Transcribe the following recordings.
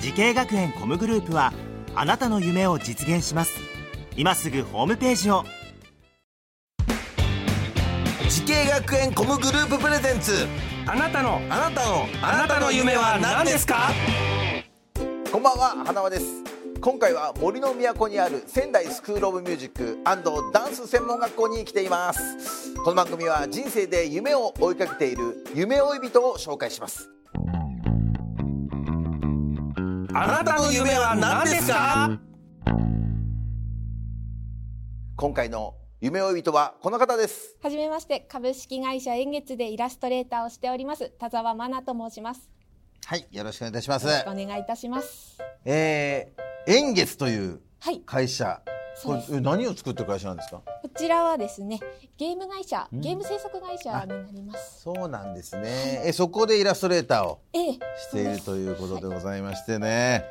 時系学園コムグループはあなたの夢を実現します今すぐホームページを時系学園コムグループプレゼンツあなたのあなたのあなたの夢は何ですかこんばんは花輪です今回は森の都にある仙台スクールオブミュージックダンス専門学校に来ていますこの番組は人生で夢を追いかけている夢追い人を紹介しますあなたの夢は何ですか今回の夢追い人はこの方ですはじめまして、株式会社円月でイラストレーターをしております、田沢真奈と申します。はいよろしくお願いいたしますよろしくお願いいたします。えー、円月というはい、会社そこうれです。え何を作ってる会社なんですかこちらはですね、ゲーム会社、うんゲーム制作会社になります。そうなんですねえそこでイラストレーターをええ、しているということでございましてね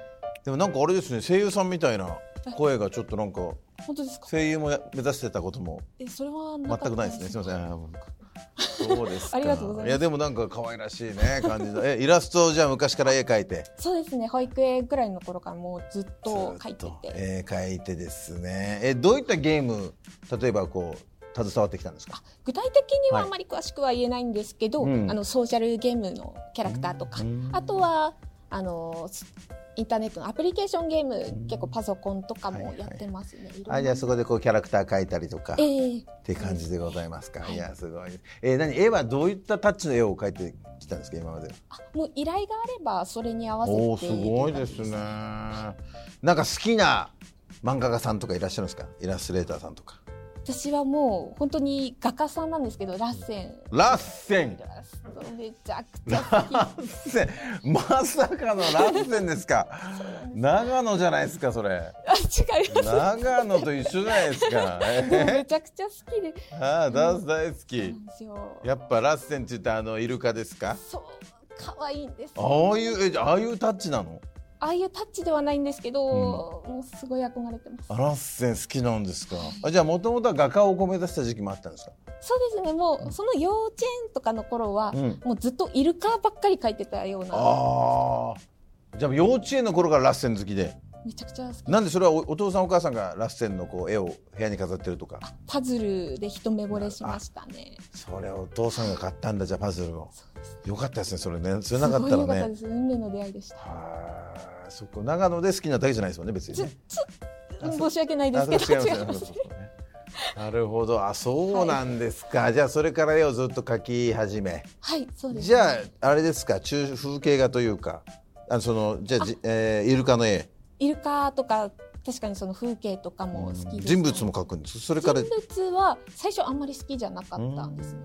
でもなんかあれですね声優さんみたいな声がちょっとなんか本当ですか。声優もや目指してたこともえ、それは全なかったくないですね。すみませんあー。 もうそうですか。ありがとうございますやでもなんか可愛らしいね感じの。えイラストをじゃあ昔から絵描いて。そうですね、保育園ぐらいの頃からもうずっと書いてずいっとて。絵描いてですね。えどういったゲーム例えばこう携わってきたんですか。具体的にははいあまり詳しくは言えないんですけど、うんあのソーシャルゲームのキャラクターとか、あとはあのインターネットのアプリケーションゲーム、結構パソコンとかもやってますね。いろんなあじゃあそこでこうキャラクター描いたりとかっええて感じでございますか。はいいやすごい。え何絵はどういったタッチの絵を描いてきたんですか今まで。もう依頼があればそれに合わせておおーすごいですね。なんか好きな漫画家さんとかいらっしゃるんですか。イラストレーターさんとか。私はもう本当に画家さんなんですけどラッセン ラッセン。ラストめちゃくちゃラッセン。まさかのラッセンですか。長野じゃないですかそれ。あ違います長野と一緒じゃないですか。 めえちゃくちゃ好きでーあーダンス大好きなん。ですよやっぱラッセンって言ったあのイルカですか。そう可愛いんですあああいうえじゃあああいうタッチなの。あいうタッチではないんですけど、もうすごい憧れてますあラッセン好きなんですか。あじゃあ元々は画家を目指した時期もあったんですか。そうですねもうその幼稚園とかの頃は、うんもうずっとイルカばっかり描いてたようなああ。じゃあ幼稚園の頃からラッセン好きで。めちゃくちゃ好きなんでそれはおお父さんお母さんがラッセンのこう絵を部屋に飾ってるとか。パズルで一目惚れしましたねそれお父さんが買ったんだじゃあパズルを。そうですよかったですねそれね。そすれごないかった良かっらたでね。す運命の出会いでしたはあそこ長野で好きなだけじゃないですもんね別にちょね。ちょ申し訳ないであすそうけど違い違いまますねす。なるほどあそうなんですか、じゃあそれから絵をずっと描き始めはい、そうです、じゃああれですか中風景画というかあのそのじゃあじえーイルカの絵イルカとか確かにその風景とかも好きです、人物も描くんですそれ人から物は最初あんまり好きじゃなかったんですね。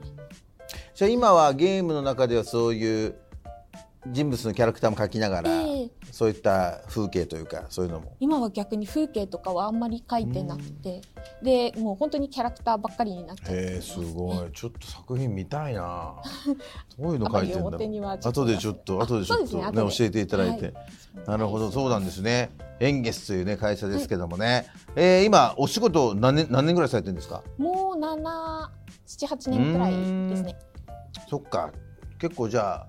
じゃあ今はゲームの中ではそういう人物のキャラクターも描きながら、ええそういった風景というかそういうのも今は逆に風景とかはあんまり描いてなくて、でもう本当にキャラクターばっかりになっちゃってへえすごいちょっと作品見たい などういうのあま描いりてんだろ表にうは後でちょっと後でちょっとね教えていただいて、なるほどそうなんですすね円月というね会社ですけどもね、えー今お仕事何年何年ぐらいされてるんですかもう七七八年くらいですねそっか結構じゃあ、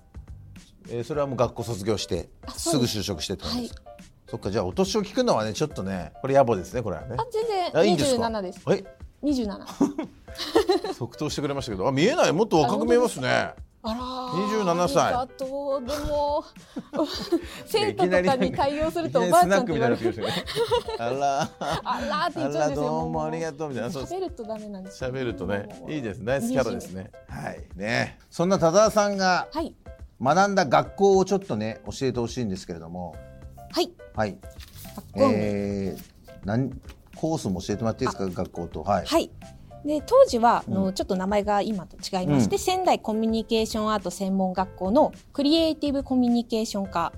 えーそれはもう学校卒業してあすそうぐです就職してってことですか、そっかじゃあお年を聞くのはねちょっとねこれ野暮ですねこれはねあ全あいい然んですか27ですえ27即答してくれましたけどあ見えないもっと若く見えますねあらー27歳ありがとうでも 生徒とかに対応するとおばあちゃんって言われるる あらあらーって言っちゃうんですよあらどうもありがとうみたいなそうです喋るとダメなんですよ喋るとねもういいですねナイスキャラですねはいねそんな田澤さんがはい学んだ学校をちょっとね教えてほしいんですけれどもはいはい、学校名えー、何コースも教えてもらっていいですか学校とはい、はいで当時は、あうのちょっと名前が今と違いまして、仙台コミュニケーションアート専門学校のクリエイティブコミュニケーション科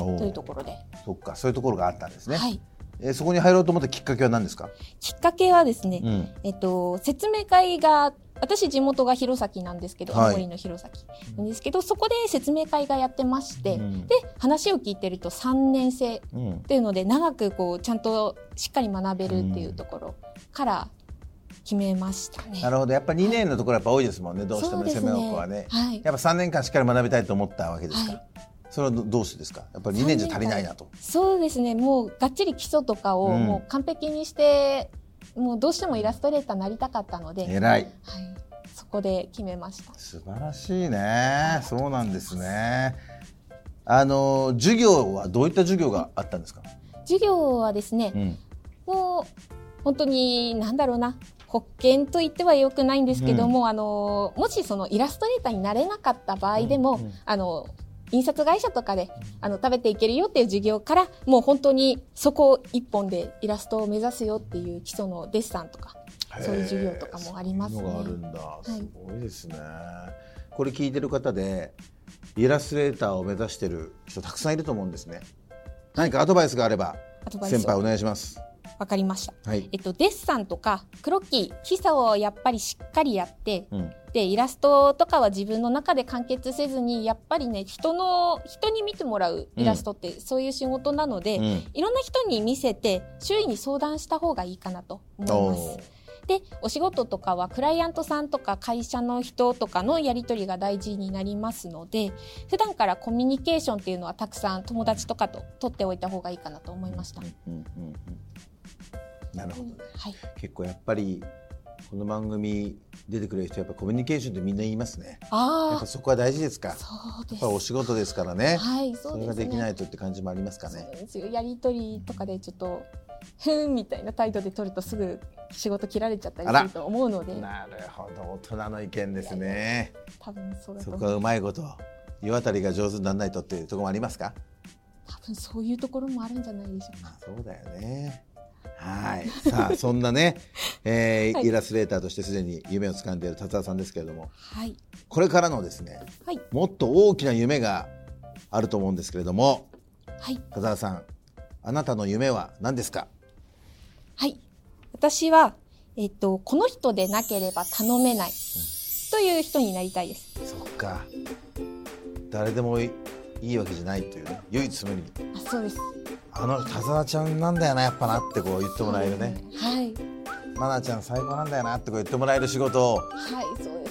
おーというところで、そっかそういうところがあったんですね、はい、えーそこに入ろうと思ったきっかけは何ですか、きっかけはですね、うんえっと、説明会が私地元が弘前なんですけど、はい青森の弘前なんですけどそこで説明会がやってまして、うんで話を聞いてると3年生っうん、ていうので長くこうちゃんとしっかり学べるっていうところから決めましたね。なるほどやっぱ2年のところやっぱ多いですもんねどうしてそもうです攻めの子はねはい、やっぱ3年間しっかり学びたいと思ったわけですから、はそれはどどうしてですかやっぱり2年じゃ足りないなとそうですねもうがっちり基礎とかをうんもう完璧にして、もうどうしてもイラストレーターになりたかったので、はい、偉いそこで決めました。素晴らしいねそうなんですねあの授業はどういった授業があったんですか、授業はですね、ん、もう本当に何だろうな保険と言ってはよくないんですけども、あのもしそのイラストレーターになれなかった場合でも、あの印刷会社とかであの食べていけるよっていう授業からもう本当にそこ一本でイラストを目指すよっていう基礎のデッサンとかそういう授業とかもありますねそういうのがあるんだいすごいですね、これ聞いてる方でイラストレーターを目指してる人たくさんいると思うんですね何かアドバイスがあればアドバイ先ス輩をお願いします分かりました。はいえっと、デッサンとかクロッキー基礎をやっぱりしっかりやって、うんでイラストとかは自分の中で完結せずにやっぱりね人の人に見てもらうイラストってそういう仕事なので、うんいろんな人に見せて周囲に相談した方がいいかなと思いまおす。でお仕事とかはクライアントさんとか会社の人とかのやり取りが大事になりますので普段からコミュニケーションっていうのはたくさん友達とかと取っておいた方がいいかなと思いました。ーうんうんうんうんなるほどねはい結構やっぱりこの番組出てくれる人やっぱコミュニケーションってみんな言いますねやっあぱそこは大事ですかやっあ、そうです。ぱお仕事ですからね、はい、そそうれでがすね。できないとって感じもありますかそうねなんですよ。やりとりとかでちょっとふんみたいな態度で取るとすぐ仕事切られちゃったりすると思うので、なるほど大人の意見ですね多分そうだそと思こう。はうまいこと湯渡りが上手にならないとっていうところもありますか多分そういうところもあるんじゃないでしょうまか。あそうだよねはいさ あそんなね、えーはいイラストレーターとしてすでに夢を掴んでいる達田さんですけれどもはいこれからのですねはいもっと大きな夢があると思うんですけれどもはい田沢さんあなたの夢は何ですかはい。私はえっとこの人でなければ頼めないという人になりたいです。そっか誰でもいいいわけじゃないというね唯一無二あ、そうです。あの田沢ちゃんなんだよなやっぱなってこう言ってもらえるねはいマナちゃん最高なんだよなってこう言ってもらえる仕事をはいそうで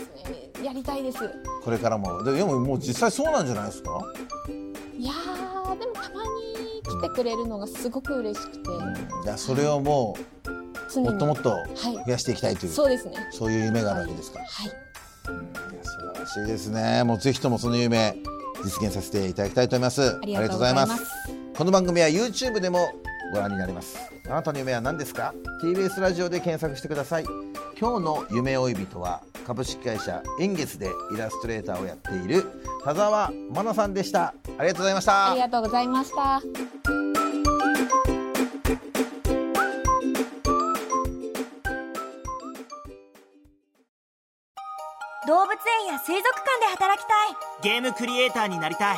すね。やりたいです。これからもででももう実際そうなんじゃないですか、いやーでもたまに来てくれるのがすごく嬉しくて、いやそれをも常うにもっともっとはい増やしていきたいという、そうですね。そういう夢があるわけですから、はい。いや素晴らしいですねもうぜひともその夢実現させていただきたいと思いますありがとうございますありがとうございますこの番組は YouTube でもご覧になりますあなたの夢は何ですか TBS ラジオで検索してください今日の夢追い人は株式会社円月でイラストレーターをやっている田沢真奈さんでしたありがとうございましたありがとうございました。動物園や水族館で働きたいゲームクリエイターになりたい